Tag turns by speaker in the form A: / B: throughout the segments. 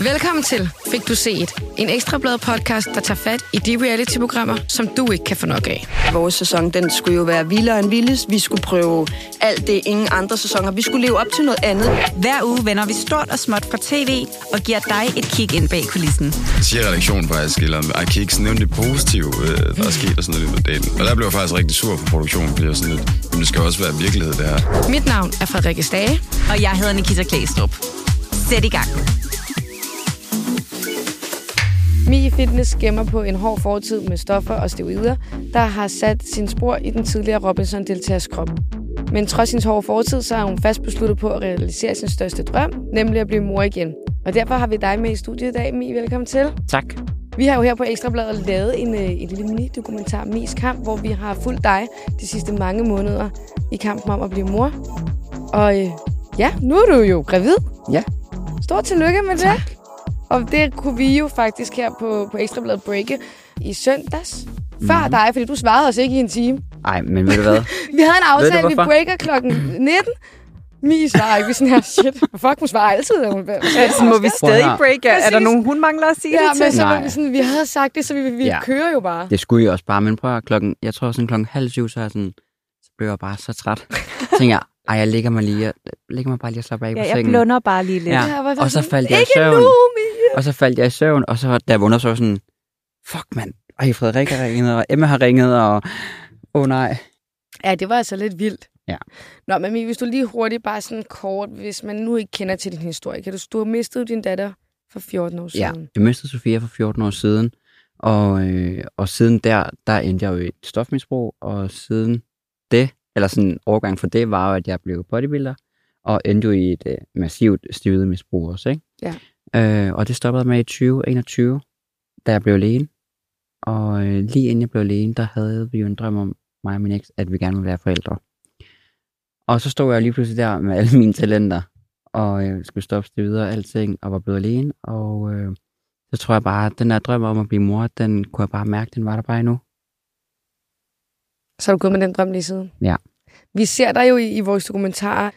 A: Velkommen til Fik du set, en ekstrablad podcast, der tager fat i de reality-programmer, som du ikke kan få nok af.
B: Vores sæson, den skulle jo være vildere end vildest. Vi skulle prøve alt det, ingen andre sæsoner. Vi skulle leve op til noget andet.
C: Hver uge vender vi stort og småt fra tv og giver dig et kig ind bag kulissen.
D: siger redaktionen faktisk, eller ej, kan I ikke nævne det positive, øh, der er sket og sådan noget i dagen. Og der blev jeg faktisk rigtig sur på produktionen, fordi jeg var sådan lidt, men det skal også være virkelighed, det her.
A: Mit navn er Frederikke Stage.
C: Og jeg hedder Nikita Klæstrup. Sæt i gang.
A: Mi Fitness gemmer på en hård fortid med stoffer og steroider, der har sat sin spor i den tidligere Robinson-deltagers krop. Men trods sin hårde fortid, så er hun fast besluttet på at realisere sin største drøm, nemlig at blive mor igen. Og derfor har vi dig med i studiet i dag, Mi. Velkommen til.
E: Tak.
A: Vi har jo her på Ekstrabladet lavet en, øh, en lille mini-dokumentar, Mis Kamp, hvor vi har fulgt dig de sidste mange måneder i kampen om at blive mor. Og øh, ja, nu er du jo gravid.
E: Ja.
A: Stort tillykke med tak. det. Og det kunne vi jo faktisk her på, på Ekstrabladet breake i søndags. Før
E: Mhm.
A: mm. dig, fordi du svarede os ikke i en time.
E: Ej, men ved du hvad?
A: Vi havde en aftale, vi
E: hvorfor?
A: breaker klokken 19. Mi svarer ikke. Vi er sådan her, shit, fuck, hun svarer altid. Hun,
F: Altså, må vi
E: Prøv at
F: stadig
E: høre.
F: break? Er, er der
A: Præcis.
F: nogen, hun mangler at sige
A: Ja,
F: det
A: men
F: til?
A: så var
E: Nej.
A: vi sådan, vi havde sagt det, så vi, vi ja.
E: Ja.
A: kører jo bare.
E: Det skulle jeg også bare, men prøv at høre, klokken, jeg tror sådan klokken halv syv, så er jeg sådan, så blev jeg bare så træt. Så tænkte jeg, ej, jeg ligger mig lige, jeg ligger mig bare lige og slapper af på
F: Ja, jeg
E: sengen.
F: blunder bare lige lidt.
E: Ja,
A: Ja, hvor er det
E: og så
A: sådan,
E: faldt jeg i
A: ikke
E: søvn.
A: nu,
E: Og så faldt jeg i søvn, og så da jeg vågnede, så var jeg sådan, fuck mand, ej, Frederik har ringet, og Emma har ringet, og åh oh, nej.
A: Ja, det var altså lidt vildt.
E: Ja.
A: Nå, men Mie, hvis du lige hurtigt, bare sådan kort, hvis man nu ikke kender til din historie, kan du, du har mistet din datter for 14 år
E: Ja,
A: siden.
E: jeg mistede Sofia for 14 år siden, og, øh, og siden der, der endte jeg jo i et stofmisbrug, og siden det, eller sådan overgang for det, var jo, at jeg blev bodybuilder, og endte jo i et øh, massivt stivet misbrug også, ikke?
A: Ja.
E: Øh, og det stoppede jeg med i 2021, da jeg blev alene. Og øh, lige inden jeg blev alene, der havde vi jo en drøm om, mig og min eks, at vi gerne ville være forældre. Og så stod jeg lige pludselig der med alle mine talenter, og jeg skulle stoppe det videre og alting, og var blevet alene, og øh, så tror jeg bare, at den der drøm om at blive mor, den kunne jeg bare mærke, den var der bare endnu.
A: Så er du gået med den drøm lige siden?
E: Ja.
A: Vi ser dig jo i, i vores dokumentarer,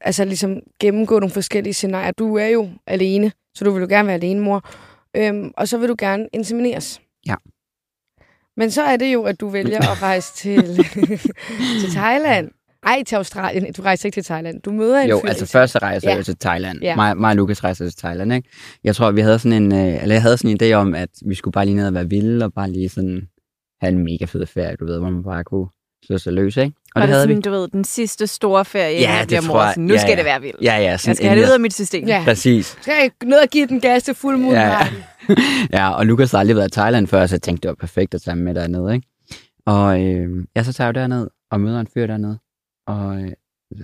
A: altså ligesom gennemgå nogle forskellige scenarier. Du er jo alene, så du vil jo gerne være alene, mor. Øhm, og så vil du gerne insemineres.
E: Ja.
A: Men så er det jo, at du vælger at rejse til, til Thailand. Ej, til Australien. Du rejser ikke til Thailand. Du møder en
E: Jo,
A: fyr
E: altså
A: i
E: først rejser
A: Ja.
E: jeg til Thailand.
A: Ja.
E: Ja. Mig, mig og Lukas rejser til Thailand, ikke? Jeg tror, vi havde sådan en, øh, eller jeg havde sådan en idé om, at vi skulle bare lige ned og være vilde, og bare lige sådan have en mega fed ferie, du ved, hvor man bare kunne slå sig løs, ikke?
F: Og var
E: Og
F: det, det
E: havde
F: sådan, du ved, den sidste store ferie,
E: Ja,
F: ja, jeg
E: det
F: bliver mor?
E: tror jeg.
F: Sådan, Nu
E: Ja,
F: skal
E: ja.
F: det være vildt.
E: vi. Ja, ja, sådan
F: Jeg skal have det ud
E: endelig-
F: af mit system.
A: Ja.
E: Præcis.
A: Skal jeg ned og give den gas til fuld mod
E: Ja, ja. ja, og Lukas har aldrig været i Thailand før, så jeg tænkte, det var perfekt at tage ham med dernede, ikke? Og øh, ja, så tager jeg jo derned og møder en fyr dernede, og øh,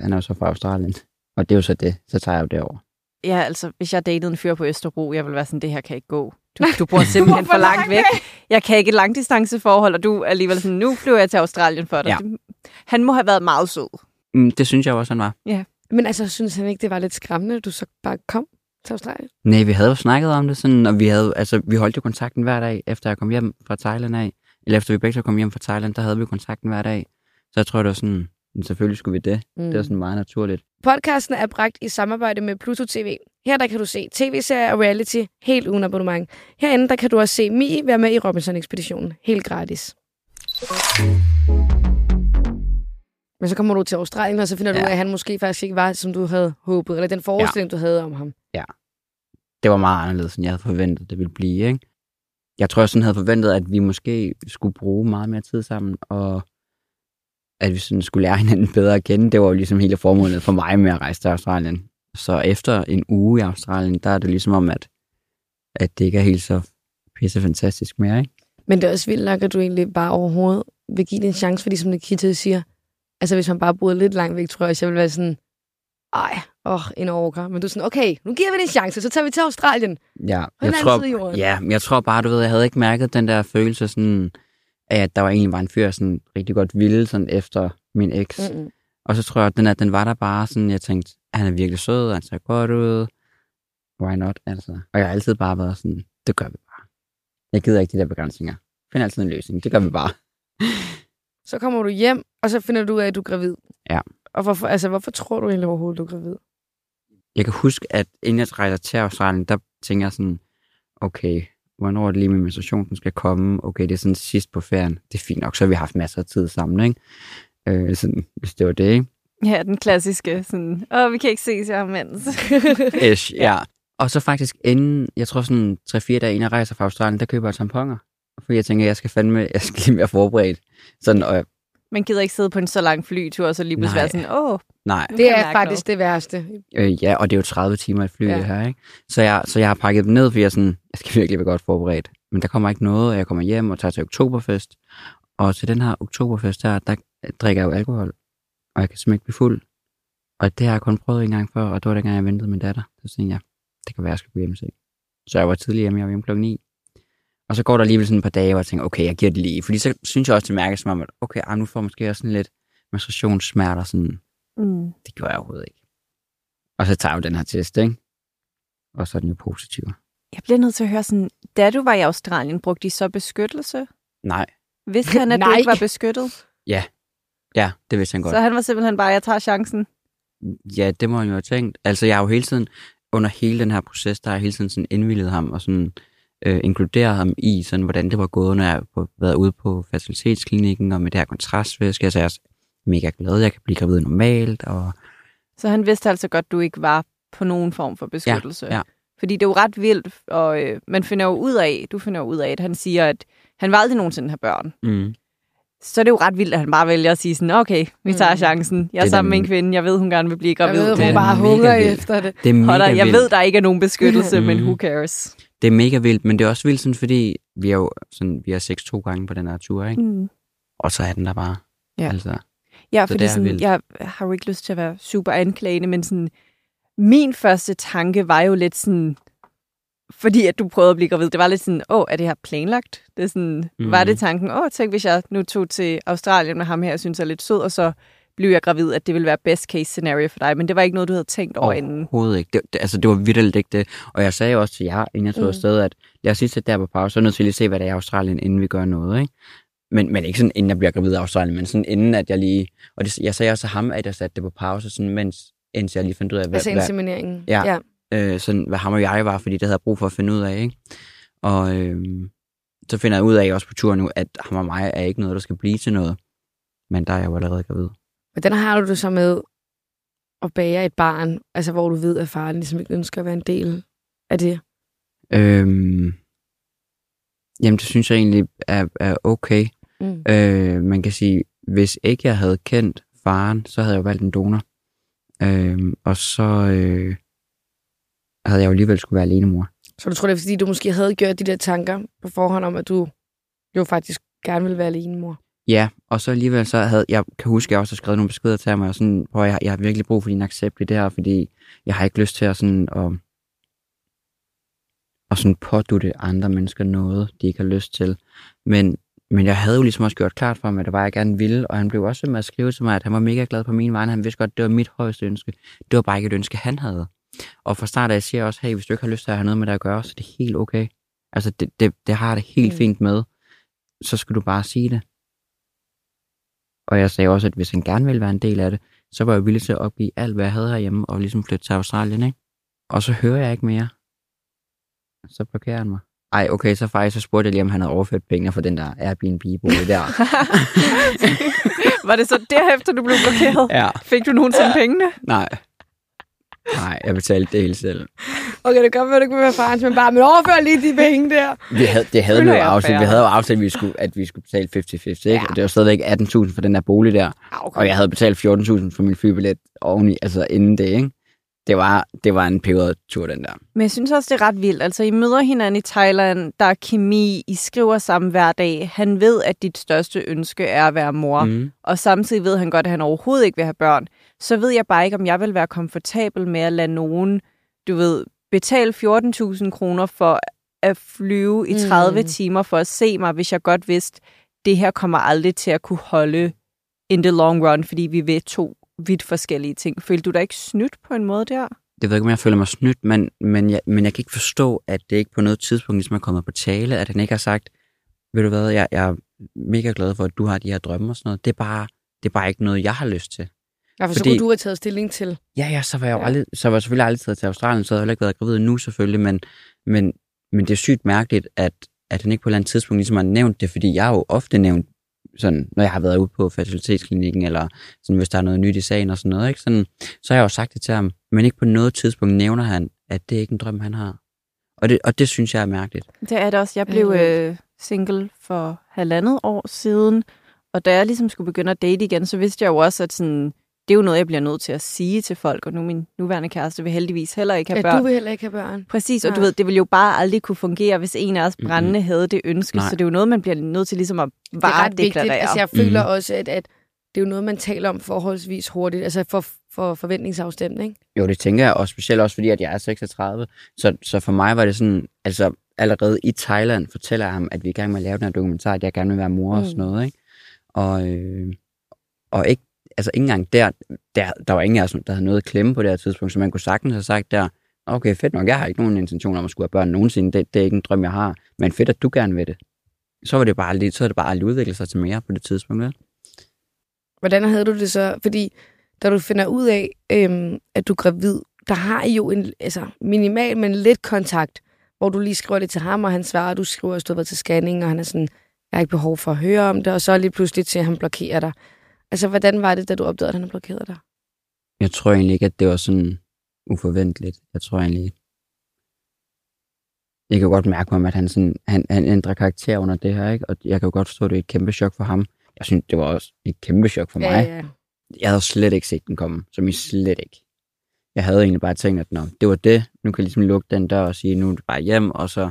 E: han er jo så fra Australien. Og det er jo så det, så tager jeg jo derover.
F: ja, altså, hvis jeg datede en fyr på Østerbro, jeg ville være sådan, det her kan ikke gå. Du, du bor simpelthen for langt væk. Jeg kan ikke et langdistanceforhold, og du er alligevel sådan, nu flyver jeg til Australien for dig.
E: Ja.
F: Det- Han må have været meget sød.
E: Mm, det synes jeg også, han var.
A: Men altså, synes han ikke, det var lidt skræmmende, at du så bare kom til Australien?
E: Nej, vi havde jo snakket om det sådan, og vi, havde, altså, vi holdt jo kontakten hver dag, efter jeg kom hjem fra Thailand af. Eller efter vi begge to kom hjem fra Thailand, der havde vi kontakten hver dag. Så jeg tror, det var sådan, "Men selvfølgelig skulle vi det. Mm. Det var sådan meget naturligt.
A: Podcasten er bragt i samarbejde med Pluto TV. Her der kan du se tv-serier og reality helt uden abonnement. Herinde der kan du også se Mi være med i Robinson-ekspeditionen helt gratis. Men så kommer du til Australien, og så finder ja. du
E: Ja.
A: ud af, at han måske faktisk ikke var, som du havde håbet, eller den forestilling, ja. du havde om ham.
E: Det var meget anderledes, end jeg havde forventet, det ville blive. Ikke? Jeg tror, jeg sådan havde forventet, at vi måske skulle bruge meget mere tid sammen, og at vi sådan skulle lære hinanden bedre at kende. Det var jo ligesom hele formålet for mig med at rejse til Australien. Så efter en uge i Australien, der er det ligesom om, at, at det ikke er helt så pisse fantastisk mere, ikke?
A: Men det er også vildt nok, at du egentlig bare overhovedet vil give det en chance, fordi som Nikita siger, altså hvis man bare boede lidt langt væk, tror jeg også, jeg ville være sådan, ej, åh, oh, en overgang. Men du er sådan, okay, nu giver vi det en chance, så tager vi til Australien.
E: Ja,
A: den
E: jeg
A: anden
E: tror,
A: side af jorden.
E: ja, men jeg tror bare, du ved, jeg havde ikke mærket den der følelse sådan, af, at der var egentlig var en fyr, jeg sådan rigtig godt ville sådan efter min eks. Mm.
A: Mm-mm.
E: Og så tror jeg, at den, at den var der bare sådan, jeg tænkte, han er virkelig sød, han ser godt ud, why not, altså. Og jeg har altid bare været sådan, det gør vi bare. Jeg gider ikke de der begrænsninger. Find altid en løsning, det gør vi bare.
A: Så kommer du hjem, og så finder du ud af, at du er gravid.
E: Ja.
A: Og hvorfor, altså, hvorfor tror du egentlig overhovedet, du er gravid?
E: Jeg kan huske, at inden jeg rejser til Australien, der tænker jeg sådan, okay, hvornår er det lige min menstruation, den skal komme? Okay, det er sådan sidst på ferien. Det er fint nok, så har vi haft masser af tid sammen, ikke? Øh, sådan, hvis det var det, ikke?
F: Ja, den klassiske, sådan, åh, vi kan ikke ses, jeg har mens.
E: Ish, ja. Og så faktisk inden, jeg tror sådan 3-4 dage inden jeg rejser fra Australien, der køber jeg tamponer. Fordi jeg tænker, jeg skal fandme, jeg skal lige være forberedt. Sådan, og jeg,
F: Man gider ikke sidde på en så lang flytur, og så lige pludselig
E: Nej.
F: være sådan, åh,
E: nej,
F: nu kan
A: Det
F: jeg
A: er
F: mærke
A: faktisk det værste.
E: Øh, ja, og det er jo 30 timer at fly,
A: Ja.
E: ja. det her, ikke? Så jeg, så jeg har pakket dem ned, fordi jeg, er sådan, jeg skal virkelig være godt forberedt. Men der kommer ikke noget, og jeg kommer hjem og tager til oktoberfest. Og til den her oktoberfest her, der drikker jeg jo alkohol, og jeg kan simpelthen ikke blive fuld. Og det har jeg kun prøvet en gang før, og det var dengang, jeg ventede min datter. Så tænkte jeg, det kan være, jeg skal på hjemmeseng. Så jeg var tidlig hjemme, jeg var hjemme klokken 9. Og så går der alligevel sådan et par dage, hvor jeg tænker, okay, jeg giver det lige. Fordi så synes jeg også, det mærkes som om, at okay, ah, nu får jeg måske også sådan lidt menstruationssmerter, sådan
F: noget." Mm.
E: det gjorde jeg overhovedet ikke. Og så tager vi den her test, ikke? Og så er den jo positiv.
F: Jeg bliver nødt til at høre sådan, da du var i Australien, brugte de så beskyttelse?
E: Nej.
F: Vidste han, at du
A: Nej.
F: ikke var beskyttet?
E: Ja, det vidste han godt.
F: Så han var simpelthen bare, jeg tager chancen.
E: Ja, det må han jo have tænkt. Altså, jeg har jo hele tiden, under hele den her proces, der har jeg hele tiden sådan indvildet ham og sådan øh, inkluderet ham i, sådan, hvordan det var gået, når jeg har på- været ude på facilitetsklinikken og med det her kontrastvæske. Altså, jeg er også mega glad, jeg kan blive gravid normalt. Og...
F: Så han vidste altså godt, du ikke var på nogen form for beskyttelse.
E: ja.
F: Fordi det er jo ret vildt, og øh, man finder jo ud af, du finder jo ud af, at han siger, at han vil aldrig nogensinde have børn.
E: Mm.
F: Så er det jo ret vildt, at han bare vælger at sige sådan, okay, vi tager
A: Mm.
F: chancen. Jeg
E: Det
F: er
E: er da
F: sammen med en
E: m-
F: kvinde, jeg ved, hun gerne vil blive
A: Jeg
F: gravid.
A: ved,
E: det
A: hun
E: er
F: men
A: bare
E: mega
A: hungrer
E: vildt.
A: efter det.
E: Det er mega
F: holder, jeg
E: vildt.
F: ved, der ikke er nogen beskyttelse, men
E: Mhm.
F: who cares?
E: Det er mega vildt, men det er også vildt, sådan, fordi vi er jo sådan, vi har sex to gange på den her tur, ikke?
F: Mm.
E: Og så er den der bare.
F: Ja.
E: Altså,
F: Ja,
E: Så
F: fordi
E: det er
F: sådan,
E: vildt.
F: jeg har jo ikke lyst til at være super anklagende, men sådan, min første tanke var jo lidt sådan, fordi at du prøvede at blive gravid, det var lidt sådan, åh, er det her planlagt? Det er sådan, mm. var
E: Mhm.
F: det tanken, åh, tænk hvis jeg nu tog til Australien med ham her, jeg synes jeg er lidt sød, og så blev jeg gravid, at det ville være best case scenario for dig, men det var ikke noget, du havde tænkt over inden.
E: Overhovedet ikke. Det, det, altså, det var vildt ikke det. Og jeg sagde også til jer, inden jeg tog
A: Mm.
E: mm. afsted, at lad os lige sætte der på pause, så er jeg nødt til lige at se, hvad der er i Australien, inden vi gør noget, ikke? Men, men ikke sådan, inden jeg bliver gravid i Australien, men sådan inden, at jeg lige... Og det, jeg sagde også til ham, at jeg satte det på pause, sådan, mens, indtil jeg lige fandt ud af, hvad,
A: Altså
E: hvad,
A: insemineringen.
E: Ja.
A: ja.
E: øh, sådan, hvad ham og jeg var, fordi det havde jeg brug for at finde ud af. Ikke? Og øh, så finder jeg ud af også på turen nu, at ham og mig er ikke noget, der skal blive til noget. Men der er jeg jo allerede gravid.
A: Hvordan har du det så med at bære et barn, altså hvor du ved, at faren ligesom ikke ønsker at være en del af det?
E: Øhm, jamen, det synes jeg egentlig er, er okay.
A: Mm.
E: Øh, man kan sige, hvis ikke jeg havde kendt faren, så havde jeg jo valgt en donor. Øh, og så øh, havde jeg jo alligevel skulle være alene mor.
A: Så du tror, det er fordi, du måske havde gjort de der tanker på forhånd om, at du jo faktisk gerne ville være alene, mor?
E: Ja, og så alligevel så havde, jeg kan huske, at jeg også har skrevet nogle beskeder til ham, og jeg sådan, prøv, at jeg, jeg har virkelig brug for din accept i det her, fordi jeg har ikke lyst til at sådan, at, at sådan pådutte andre mennesker noget, de ikke har lyst til. Men, men jeg havde jo ligesom også gjort klart for ham, at det var, jeg gerne ville, og han blev også ved med at skrive til mig, at han var mega glad på min vegne, han vidste godt, at det var mit højeste ønske. Det var bare ikke et ønske, han havde. Og fra start af siger jeg også, hey, hvis du ikke har lyst til at have noget med dig at gøre, så er det helt okay. Altså, det, det, det har jeg det helt
A: Mm.
E: fint med. Så skal du bare sige det. Og jeg sagde også, at hvis han gerne ville være en del af det, så var jeg villig til at opgive alt, hvad jeg havde herhjemme, og ligesom flytte til Australien, ikke? Og så hører jeg ikke mere. Så blokerer han mig. Ej, okay, så faktisk så spurgte jeg lige, om han havde overført penge fra den der Airbnb-bolig der.
F: var det så derefter, du blev blokeret?
E: ja,
F: Fik du nogensinde pengene?
E: nej. Nej, jeg betalte det hele selv.
A: Okay, det kan godt være, du ikke vil være farens, men bare, men overfør lige de penge der.
E: Vi havde, det havde vi
F: Føler
E: jo
F: jeg
E: aftalt. Vi
F: fair.
E: havde jo aftalt, at vi skulle, at vi skulle betale 50-50, ikke? Ja. Og det var stadigvæk 18.000 for den der bolig der. Og jeg havde betalt 14.000 for min flybillet oveni, altså inden det, ikke? Det var, det var en peberet tur, den der.
F: Men jeg synes også, det er ret vildt. Altså, I møder hinanden i Thailand, der er kemi, I skriver sammen hver dag. Han ved, at dit største ønske er at være mor, mm. og samtidig ved han godt, at han overhovedet ikke vil have børn. Så ved jeg bare ikke, om jeg vil være komfortabel med at lade nogen, du ved, betale 14.000 kroner for at flyve i 30
A: Mm.
F: mm. timer for at se mig, hvis jeg godt vidste, det her kommer aldrig til at kunne holde in the long run, fordi vi ved to vidt forskellige ting. Følte du dig ikke snydt på en måde der?
E: det ved jeg ikke, om jeg føler mig snydt, men, men, jeg, men jeg kan ikke forstå, at det ikke på noget tidspunkt ligesom er kommet på tale, at han ikke har sagt, ved du hvad, jeg, jeg er mega glad for, at du har de her drømme og sådan noget. Det er bare, det er bare ikke noget, jeg har lyst til.
A: Ja, for så
E: Fordi-
A: kunne du have taget stilling til.
E: Ja, ja, så var jeg jo
A: Ja.
E: aldrig, så var jeg selvfølgelig aldrig taget til Australien, så havde jeg heller ikke været gravid nu selvfølgelig, men, men, men det er sygt mærkeligt, at, at han ikke på et eller andet tidspunkt ligesom har nævnt det, fordi jeg har jo ofte nævnt, sådan, når jeg har været ude på fertilitetsklinikken, eller sådan, hvis der er noget nyt i sagen og sådan noget, ikke? Sådan, så har jeg jo sagt det til ham, men ikke på noget tidspunkt nævner han, at det er ikke en drøm, han har. Og det, og det synes jeg er mærkeligt.
F: Det er det også. Jeg
A: Ja,
F: blev
A: det er
F: øh, single for halvandet år siden, og da jeg ligesom skulle begynde at date igen, så vidste jeg jo også, at sådan, det er jo noget, jeg bliver nødt til at sige til folk, og nu min nuværende kæreste vil heldigvis heller ikke have
A: Ja,
F: børn.
A: du vil heller ikke have børn.
F: Præcis, og du
A: Nej.
F: ved, det ville jo bare aldrig kunne fungere, hvis en af os brændende mm-hmm. havde det ønske,
E: Nej.
F: så det er jo noget, man bliver nødt til ligesom at
A: Det er ret
F: varedeklarere.
A: vigtigt. Altså, jeg føler også, at, at det er jo noget, man taler om forholdsvis hurtigt. Altså for, for forventningsafstemning.
E: Jo, det tænker jeg, og specielt også fordi, at jeg er 36. Så, så for mig var det sådan, altså allerede i Thailand fortæller jeg ham, at vi er i gang med at lave den her dokumentar, at jeg gerne vil være mor mm. og sådan noget, ikke? Og, øh, og ikke, altså ikke engang der, der, der var ingen af os, der havde noget at klemme på det her tidspunkt, så man kunne sagtens have sagt der, okay, fedt nok, jeg har ikke nogen intention om at skulle have børn nogensinde, det, det er ikke en drøm, jeg har, men fedt, at du gerne vil det. Så var det bare lidt, så havde det bare aldrig udviklet sig til mere på det tidspunkt, vel?
A: Hvordan havde du det så? Fordi da du finder ud af, øhm, at du er gravid, der har I jo en altså, minimal, men lidt kontakt, hvor du lige skriver det til ham, og han svarer, og du skriver, at du har været til scanning, og han er sådan, jeg har ikke behov for at høre om det, og så lige pludselig til, at han blokerer dig. Altså, hvordan var det, da du opdagede, at han havde blokeret dig?
E: Jeg tror egentlig ikke, at det var sådan uforventeligt. Jeg tror egentlig... Jeg kan jo godt mærke på ham, at han, sådan, han, han ændrer karakter under det her, ikke? og jeg kan jo godt forstå, at det er et kæmpe chok for ham. Jeg synes, det var også et kæmpe chok for mig.
A: Ja, ja.
E: Jeg havde slet ikke set den komme, som i slet ikke. Jeg havde egentlig bare tænkt, at Nå, det var det. Nu kan jeg ligesom lukke den dør og sige, nu er det bare hjem, og så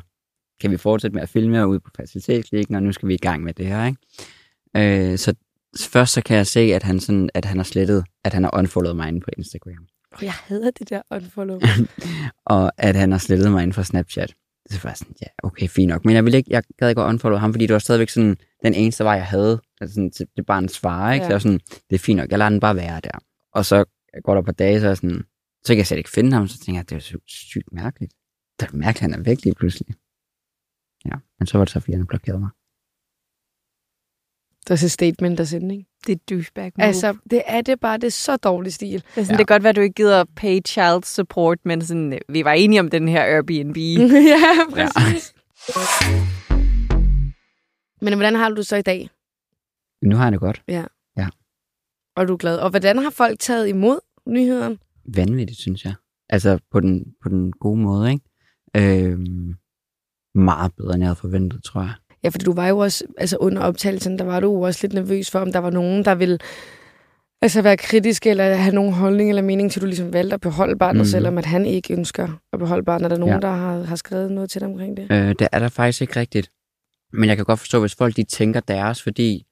E: kan vi fortsætte med at filme ude på facilitetslikken, og nu skal vi i gang med det her. Ikke? Øh, så først så kan jeg se, at han, sådan, at han har slettet, at han har unfollowet mig inde på Instagram
A: Og jeg hader det der unfollow.
E: og at han har slettet mig ind fra Snapchat. Så var jeg sådan, ja, okay, fint nok. Men jeg, ville ikke, jeg gad ikke at unfollow ham, fordi det var stadigvæk sådan, den eneste vej, jeg havde. Altså sådan, til det barns far, ikke?
A: Ja.
E: Ja. Så jeg var sådan, det er fint nok, jeg lader den bare være der. Og så går der på dage, så er jeg sådan, så kan jeg slet ikke finde ham, så tænker jeg, det er jo sy- sygt mærkeligt. Det er da mærkeligt, han er væk lige pludselig. Ja, men så var det så, fordi han blokerede mig.
A: Det er så statement og sending.
F: Det er douchebag move. Altså,
A: Altså, det er det bare. Det er så dårlig stil.
F: det, er sådan, ja. det kan godt være, at du ikke gider at pay child support, men sådan, øh, vi var enige om den her Airbnb.
A: ja, præcis. Ja. Men hvordan har du det så i dag?
E: Men nu har jeg det godt.
A: Og du er glad. Og hvordan har folk taget imod nyheden?
E: vanvittigt, synes jeg. Altså på den, på den gode måde, ikke? Øhm, meget bedre, end jeg havde forventet, tror jeg.
A: Ja, fordi du var jo også, altså under optagelsen, der var du jo også lidt nervøs for, om der var nogen, der ville altså være kritisk, eller have nogen holdning eller mening, til du ligesom valgte at beholde barnet,
E: Mhm.
A: mm. selvom at han ikke ønsker at beholde barnet. Er der nogen,
E: Ja.
A: ja. der har, har skrevet noget til dig omkring det?
E: Øh, det er der faktisk ikke rigtigt. Men jeg kan godt forstå, hvis folk de tænker deres, fordi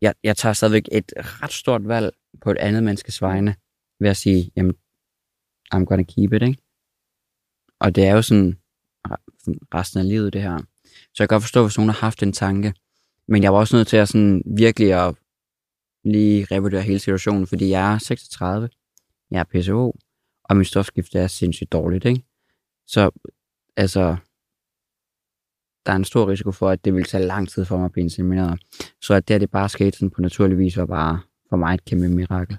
E: jeg, jeg tager stadigvæk et ret stort valg på et andet menneskes vegne, ved at sige, jamen, I'm gonna keep it, ikke? Og det er jo sådan re- sådan resten af livet, det her. Så jeg kan godt forstå, hvis nogen har haft en tanke. Men jeg var også nødt til at sådan virkelig at lige revurdere hele situationen, fordi jeg er 36, jeg er PCO, og min stofskifte er sindssygt dårligt, ikke? Så altså, der er en stor risiko for, at det vil tage lang tid for mig at blive insemineret. Så at det, her, det bare skete sådan på naturlig vis, var bare for mig et kæmpe mirakel.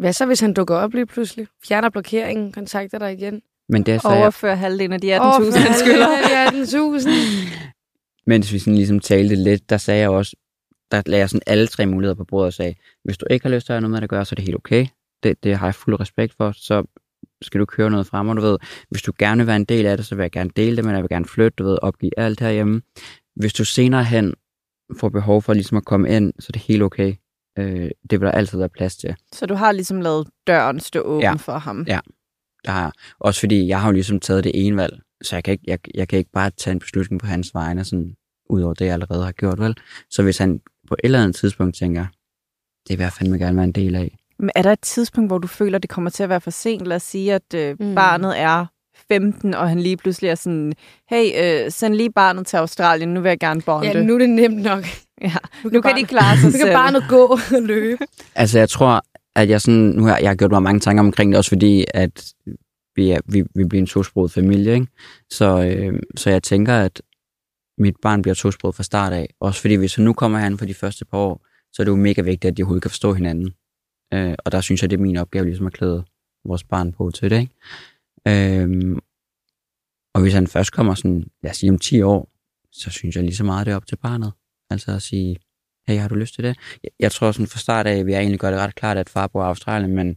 A: Hvad så, hvis han dukker op lige pludselig? Fjerner blokeringen, kontakter dig igen?
E: Men det er så, jeg,
F: Overfør halvdelen af de 18.000, han skylder.
A: skylder. 18.000.
E: mens vi sådan ligesom talte lidt, der sagde jeg også, der lagde jeg sådan alle tre muligheder på bordet og sagde, hvis du ikke har lyst til at have noget med det at gøre, så er det helt okay. Det, det har jeg fuld respekt for, så skal du køre noget frem, og du ved, hvis du gerne vil være en del af det, så vil jeg gerne dele det, men jeg vil gerne flytte, du ved, opgive alt herhjemme. Hvis du senere hen får behov for ligesom at komme ind, så er det helt okay. Øh, det vil der altid være plads til.
F: Så du har ligesom lavet døren stå åben
E: Ja.
F: ja. for ham.
E: Ja. der har, også fordi jeg har jo ligesom taget det ene valg, så jeg kan ikke, jeg, jeg kan ikke bare tage en beslutning på hans vegne, sådan, ud over det, jeg allerede har gjort, vel? Så hvis han på et eller andet tidspunkt tænker, det vil jeg fandme gerne være en del af,
F: Men er der et tidspunkt, hvor du føler, det kommer til at være for sent? Lad os sige, at øh,
A: Mm.
F: mm. barnet er 15, og han lige pludselig er sådan, hey, øh, send lige barnet til Australien, nu vil jeg gerne bonde.
A: Ja, nu er det nemt nok.
F: ja.
A: Nu
F: nu kan de klare sig
A: Nu kan
F: selv.
A: barnet gå og løbe.
E: Altså, jeg tror, at jeg sådan, nu har jeg har gjort mig mange tanker omkring det, også fordi, at vi, er, vi, vi bliver en tosproget familie, ikke? Så, øh, så jeg tænker, at mit barn bliver tosproget fra start af. Også fordi, hvis han nu kommer han for de første par år, så er det jo mega vigtigt, at de overhovedet kan forstå hinanden. Øh, og der synes jeg, det er min opgave ligesom at klæde vores barn på til det. Ikke? Øhm, og hvis han først kommer sådan, lad os sige om 10 år, så synes jeg lige så meget, det er op til barnet. Altså at sige, hey, har du lyst til det? Jeg, jeg tror sådan fra start af, vi har egentlig gjort det ret klart, at far bor i Australien, men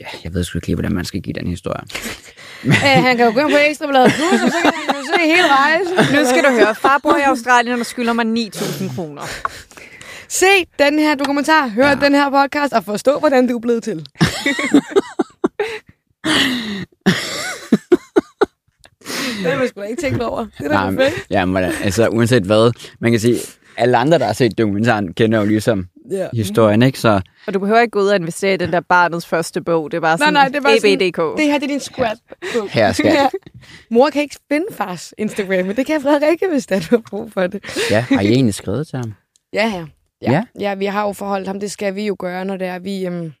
E: ja, jeg ved sgu ikke lige, hvordan man skal give den historie.
A: Øh, han kan jo gå ind på Ekstrabladet Plus, og så kan han jo se hele rejsen.
F: Nu skal du høre, far bor i Australien, og skylder mig 9.000 kroner.
A: Se den her dokumentar, hør ja. den her podcast, og forstå, hvordan du er blevet til. det har man sgu da ikke tænkt over. Det er da
E: Nej, men-
A: perfekt.
E: ja, men, hvordan- altså uanset hvad, man kan sige, alle andre, der har set dokumentaren, kender jo ligesom
A: Ja.
E: historien, ikke? Så
F: Og du behøver ikke gå ud og investere i den der barnets første bog. Det er bare
A: Nej,
F: sådan, E
A: nej, det er bare sådan,
F: EBDK.
A: det her det er din scrap.
E: her skal jeg.
A: Mor kan ikke finde fars Instagram, men det kan Frederikke, hvis der er brug for det.
E: Ja, har I egentlig skrevet til ham?
A: Ja, ja.
E: Ja.
A: ja, vi har jo forholdt ham. Det skal vi jo gøre, når det er, vi øhm,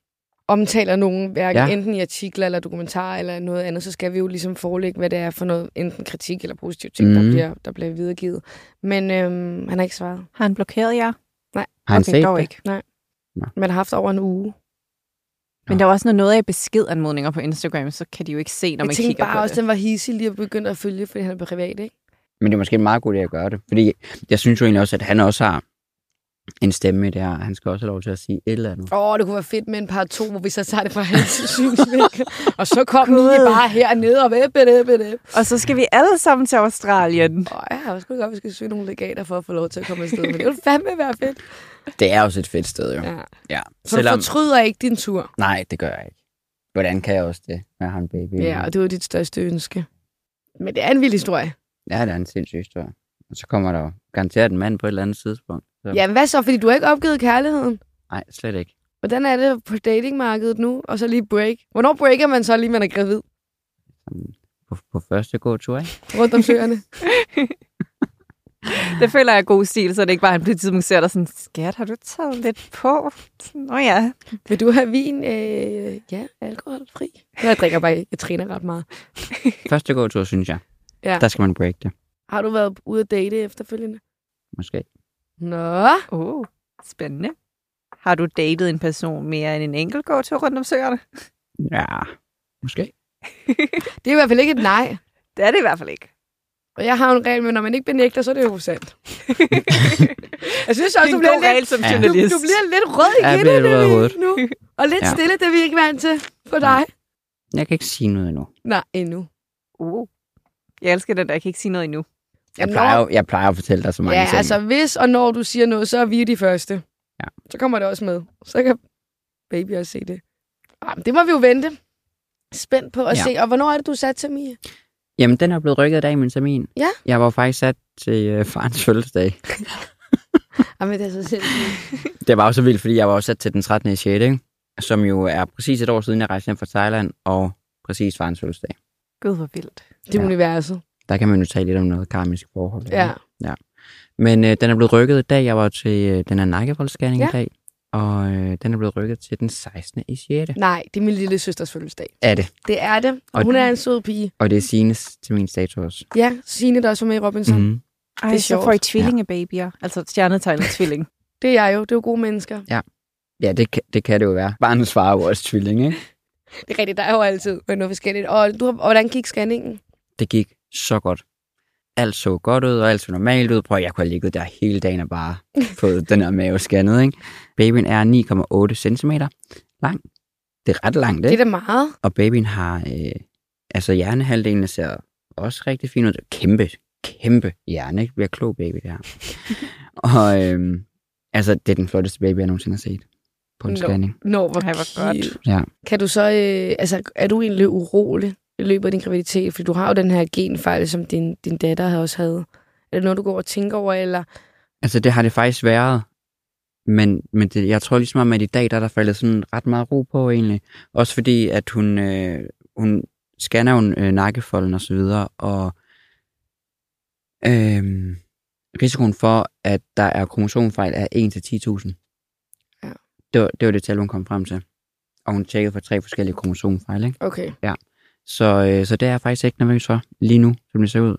A: omtaler nogen, værk, ja.
E: Ja.
A: enten i artikler eller dokumentarer eller noget andet, så skal vi jo ligesom forelægge, hvad det er for noget, enten kritik eller positiv ting, mm. der,
E: Mhm.
A: bliver, der bliver videregivet. Men øhm, han har ikke svaret.
F: Har han blokeret jer?
E: Har han set
F: dog
E: det?
F: ikke.
A: Man har haft over en uge.
F: Men der var også noget af beskedanmodninger på Instagram, så kan de jo ikke se, når
A: Når
F: man
A: jeg tænkte
F: kigger
A: bare
F: på
A: også,
F: det.
A: den var hissig lige at begynde at følge, fordi han er privat, ikke?
E: Men det er måske en meget god idé at gøre det. Fordi jeg synes jo egentlig også, at han også har en stemme i det her. Han skal også have lov til at sige et eller andet.
A: Åh, det kunne være fedt med en par to, hvor vi så tager det fra hans synsvinkel. og så kom Mie bare hernede og væb, væb, væb.
F: Og så skal vi alle sammen til Australien.
A: Åh, jeg har også godt, at vi skal søge nogle legater for at få lov til at komme afsted, men det ville fandme være fedt.
E: Det er også et fedt sted, jo. Ja.
A: Ja.
E: ja.
A: Så Selvom... du fortryder ikke din tur.
E: Nej, det gør jeg ikke. Hvordan kan jeg også det, når jeg har en baby?
A: Ja, og det var dit største ønske. Men det er en vild historie.
E: ja det er en sindssyg historie. Og så kommer der jo garanteret en mand på et eller andet tidspunkt. Så...
A: Ja, hvad så? Fordi du har ikke opgivet kærligheden.
E: Nej, slet ikke.
A: Hvordan er det på datingmarkedet nu? Og så lige break. Hvornår breaker man så lige, man er gravid?
E: På, på første gåtur, ikke?
A: Rundt om søerne.
F: Det føler jeg er god stil, så det ikke bare han på et tidspunkt ser dig sådan, skat, har du taget lidt på? Nå ja.
A: Vil du have vin? Øh, ja, alkoholfri. Jeg drikker bare ikke. Jeg træner ret meget.
E: Første gåtur, synes jeg.
A: Ja.
E: Der skal man break det,
A: Har du været ude at date efterfølgende?
E: måske.
A: Nå.
F: Oh, spændende. Har du datet en person mere end en enkelt gåtur rundt om søerne?
E: Ja, måske.
A: Det er i hvert fald ikke et nej.
F: Det er det i hvert fald ikke.
A: Og jeg har jo en regel, men når man ikke benægter, så er det jo sandt. jeg synes også,
F: Det er
A: du
F: en
A: bliver
F: god
A: lidt...
F: regel som
E: Ja.
A: Du,
F: journalist.
A: du bliver lidt rød i
E: Ja, jeg bliver
A: kinderne
E: lidt rød i
A: lige
E: hovedet.
A: nu. Og lidt
E: Ja.
A: stille, det er vi ikke vant til for dig.
E: Jeg kan ikke sige noget endnu.
A: Nej, endnu.
F: Uh. Jeg elsker den der, jeg kan ikke sige noget endnu.
E: Jeg
A: Nå.
E: plejer, jo- jeg plejer at fortælle dig så mange
A: Ja,
E: ting.
A: altså hvis og når du siger noget, så er vi de første.
E: Ja.
A: Så kommer det også med. Så kan baby også se det. Ah, men det må vi jo vente. Spændt på at
E: Ja.
A: se. Og hvornår er det, du er sat til, Mia?
E: Jamen, den er blevet rykket i dag, min termin.
A: Ja.
E: Jeg var faktisk sat til øh, farens fødselsdag.
A: Jamen, det er så sindssygt.
E: Det var også så vildt, fordi jeg var også sat til den 13. 6. Ikke? Som jo er præcis et år siden, jeg rejste hjem fra Thailand, og præcis farens fødselsdag.
F: Gud, hvor vildt.
A: Det er
E: Ja.
A: universet.
E: Der kan man jo tale lidt om noget karmisk forhold. ikke?
A: Ja.
E: Men øh, den er blevet rykket i dag. Jeg var til øh, den her nakkevoldsscanning
A: Ja.
E: i dag. Og øh, den er blevet rykket til den 16. i 6.
A: Nej, det er min lille søsters fødselsdag.
E: Er det.
A: Det er det. Og
E: Og-
A: hun er en sød pige.
E: Og det er Sines til min status også.
A: Ja, Signe, der også var med i Robinson. Mm.
E: Mm-hmm.
F: Ej,
A: Det er
F: så
A: sjovt.
F: får I tvillingebabyer. Altså stjernetegnet tvilling.
A: Det er jeg jo. Det er jo gode mennesker.
E: Ja, det kan, det kan det jo være. Barnets far er jo også tvilling, ikke?
A: Det er rigtigt, der er jo altid noget forskelligt. Og, du, har- og hvordan gik scanningen?
E: Det gik så godt. Alt så godt ud, og alt så normalt ud. Prøv, at jeg kunne have ligget der hele dagen og bare fået den her mave scannet, ikke? Babyen er 9,8 cm lang. Det er ret langt,
A: Det er
E: ikke?
A: da meget.
E: Og babyen har... Øh, altså, hjernehalvdelen ser også rigtig fin ud. Kæmpe, kæmpe hjerne, ikke? Vi er klog baby, det her. og øh, altså, det er den flotteste baby, jeg nogensinde har set på en
A: Nå.
E: scanning.
A: Nå, hvor,
F: Ej, hvor godt.
A: cute.
E: Ja.
A: Kan du så, øh, altså, er du egentlig urolig i løbet af din graviditet? Fordi du har jo den her genfejl, som din, din datter også havde. Er det noget, du går og tænker over, eller?
E: Altså, det har det faktisk været. Men, men det, jeg tror ligesom om, at i dag, der er der faldet sådan ret meget ro på egentlig. Også fordi, at hun, øh, hun scanner jo øh, nakkefolden og så videre, og øh, risikoen for, at der er kromosomfejl, er 1 til 10.000.
A: Ja.
E: Det, var, det var det tal, hun kom frem til. Og hun tjekkede for tre forskellige kromosomfejl, ikke?
A: Okay.
E: Så, øh, så det er jeg faktisk ikke nervøs for lige nu, som det ser ud.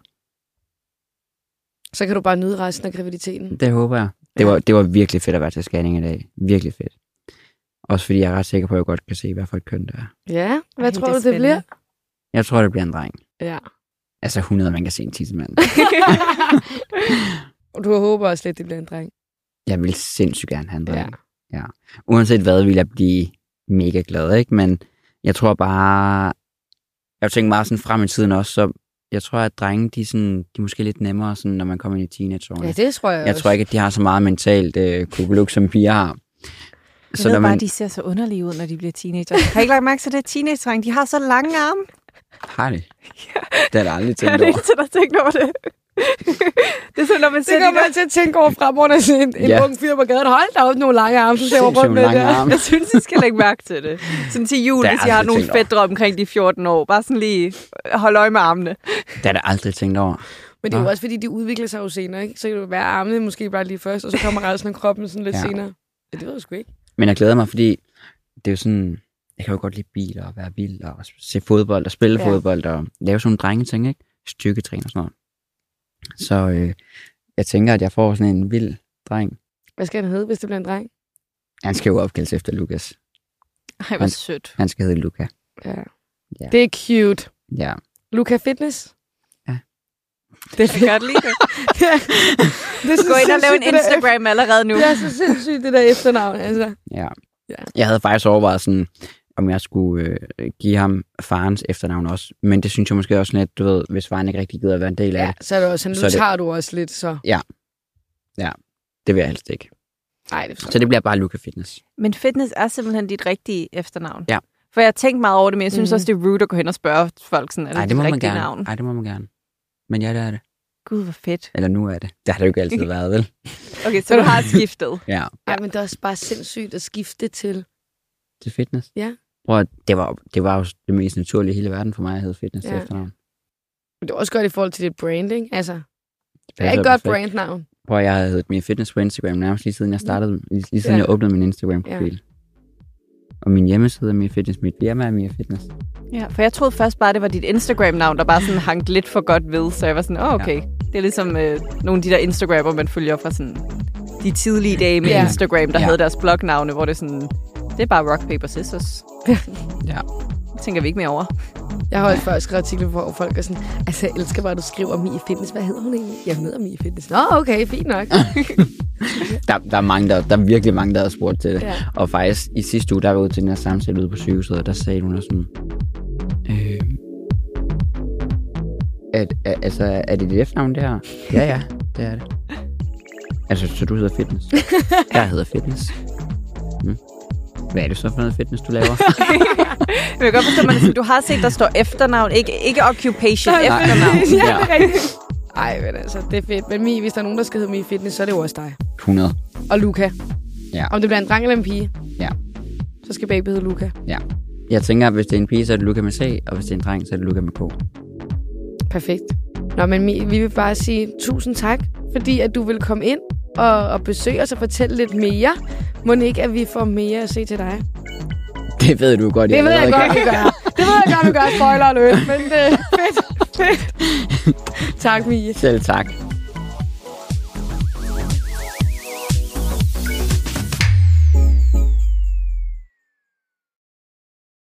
A: Så kan du bare nyde resten af graviditeten.
E: Det håber jeg. Det,
A: Ja.
E: var, det var virkelig fedt at være til scanning i dag. Virkelig fedt. Også fordi jeg er ret sikker på, at jeg godt kan se, hvad for et køn det er.
A: Ja, hvad
F: Ej,
A: Ej, tror
F: det
A: du,
F: er
A: det
F: spændende.
A: bliver?
E: Jeg tror, det bliver en dreng.
A: Ja.
E: Altså 100, man kan se en tissemand.
A: Og du håber også lidt, det bliver en dreng.
E: jeg vil sindssygt gerne have en dreng.
A: Ja.
E: uanset hvad, vil jeg blive mega glad, ikke? Men jeg tror bare, jeg tænker meget sådan frem i tiden også, så jeg tror, at drenge, de er, sådan, de er måske lidt nemmere, sådan, når man kommer ind i teenageårene.
A: Ja, det tror jeg,
E: jeg
A: også.
E: tror ikke, at de har så meget mentalt øh, kubeluk, som piger har.
F: Jeg så ved bare, at de ser så underlige ud, når de bliver teenager. Har I ikke lagt mærke til det teenage De har så lange arme.
E: har det. Det er der aldrig
F: Jeg
E: tænkt
F: har
E: over.
F: ikke til at tænke over det. det er sådan, når man
A: Det
F: ser
A: kommer jeg til at tænke over fremover, når jeg ser en, en
E: Ja.
A: ung fyr på gaden. Hold da op, nogle lange arme, så ser jeg
E: Sindssygt
A: rundt med
E: lange
A: det.
E: arme.
F: Jeg synes, I skal lægge mærke til det. Sådan til jul,
E: Der er altså
F: hvis I har
E: aldrig
F: nogle
E: tænkt over.
F: fædre omkring de 14 år. Bare sådan lige øh, hold øje med armene.
E: Det er der aldrig tænkt over.
A: Men det er jo
E: Nå.
A: også, fordi de udvikler sig jo senere, ikke? Så kan det jo være at armene måske bare lige først, og så kommer resten af kroppen sådan lidt
E: Ja.
A: ja. senere. Ja, det ved jeg sgu ikke.
E: Men jeg glæder mig, fordi det er jo sådan, jeg kan jo godt lide biler og være vild og se fodbold og spille
A: Ja.
E: ja. fodbold og lave sådan nogle drengeting, ikke? Styrketræn og sådan noget. Så øh, jeg tænker, at jeg får sådan en vild dreng.
A: Hvad skal han hedde, hvis det bliver en dreng?
E: Han skal jo opkaldes efter Lukas.
F: Ej, hvor sødt.
E: Han skal hedde Luca.
A: Ja.
E: Ja.
A: Det er cute.
E: Ja.
A: Luca Fitness?
E: Ja.
A: Det er
F: Jeg kan
A: fedt.
F: godt lide det.
A: Det er så
F: Gå ind og lave
A: sindssygt,
F: en
A: det der
F: Instagram allerede nu.
A: efter- Det er så sindssygt, det der efternavn, altså.
E: ja.
A: Ja.
E: Jeg havde faktisk overvejet sådan, om jeg skulle øh, give ham farens efternavn også. Men det synes jeg måske også lidt, du ved, hvis faren ikke rigtig gider at være en del af
A: Ja,
E: det.
A: så er det også, nu
E: Så er det-
A: tager du også lidt, så...
E: Det vil jeg helst ikke.
A: Nej, det forstår
E: Så det bliver bare Luca Fitness.
F: Men fitness er simpelthen dit rigtige efternavn.
E: Ja.
F: For jeg har tænkt meget over det, men jeg synes
A: Mhm.
F: også, det er rude at gå hen og spørge folk, sådan, er det,
E: Nej, det
F: dit
E: må man
F: rigtige
E: gerne.
F: navn?
E: Nej, det må man gerne. Men ja, det er det.
F: Gud, hvor fedt.
E: Eller nu er det. Det har det jo ikke altid været, vel?
F: Okay, så du har skiftet.
E: Ja,
A: Ja, men det er også bare sindssygt at skifte til.
E: til fitness.
A: Ja.
E: Prøv at, det var, det var jo det mest naturlige i hele verden for mig, at hedde fitness ja.
A: Ja.
E: til efternavn.
A: Men det er også godt i forhold til dit branding, altså. Det er
E: passer
A: et godt
E: perfekt.
A: brandnavn.
E: Prøv at, jeg havde heddet min fitness på Instagram nærmest lige siden jeg startede, lige lige siden
A: Ja.
E: ja. jeg åbnede min Instagram-profil. Ja. Og min hjemmeside er Mia Fitness, mit firma er Mia Fitness.
F: Ja, for jeg troede først bare, det var dit Instagram-navn, der bare sådan hang lidt for godt ved. Så jeg var sådan, åh, oh, okay. Ja. Det er ligesom øh, nogle af de der Instagrammer, man følger fra sådan de tidlige dage med
A: Mm. Ja.
F: ja. Instagram, der
E: Ja.
F: ja. havde deres blognavne, hvor det er sådan, det er bare rock, paper, scissors.
E: Ja.
F: Det tænker vi ikke mere over.
A: Jeg har også før skrevet artikler, hvor folk er sådan, altså jeg elsker bare, at du skriver om Mie Fitness. Hvad hedder hun egentlig? Jeg hedder Mie Fitness. Nå, okay, fint nok.
E: Der, der, er mange, der, der er virkelig mange, der har spurgt til det.
A: Ja.
E: Ja. Og faktisk i sidste uge, der var jeg ude til den her samtale ude på sygehuset, og der sagde hun også sådan, øh, at, at, altså, er det dit efternavn, det her? Ja, ja, det er det. Altså, så du hedder fitness? Jeg hedder fitness. Mm. Hvad er det så for noget fitness, du laver?
F: Men jeg kan godt forstå, at man er sådan, du har set, der står efternavn, ikke, ikke occupation,
A: Nej.
F: efternavn.
A: Ja,
E: Ja.
A: det er rigtigt. Ej, men altså, det er fedt. Men Mie, hvis der er nogen, der skal hedde Mie Fitness, så er det jo også dig.
E: 100.
A: Og Luca.
E: Ja.
A: Om det bliver en dreng eller en pige,
E: Ja.
A: så skal baby hedde Luca.
E: Jeg tænker, at hvis det er en pige, så er det Luca med C, og hvis det er en dreng, så er det Luca med K.
A: Perfekt. Nå, men Mie, vi vil bare sige tusind tak, fordi at du vil komme ind og, og besøge os og fortælle lidt mere. Må det ikke, at vi får mere at se til dig?
E: Det ved du godt,
A: Det ved jeg
E: allerede
A: godt,
E: kan.
A: du gør. Det ved jeg godt, du gør. Spoiler alert, men det er øh, fedt. fedt. tak, Mie.
E: Selv tak.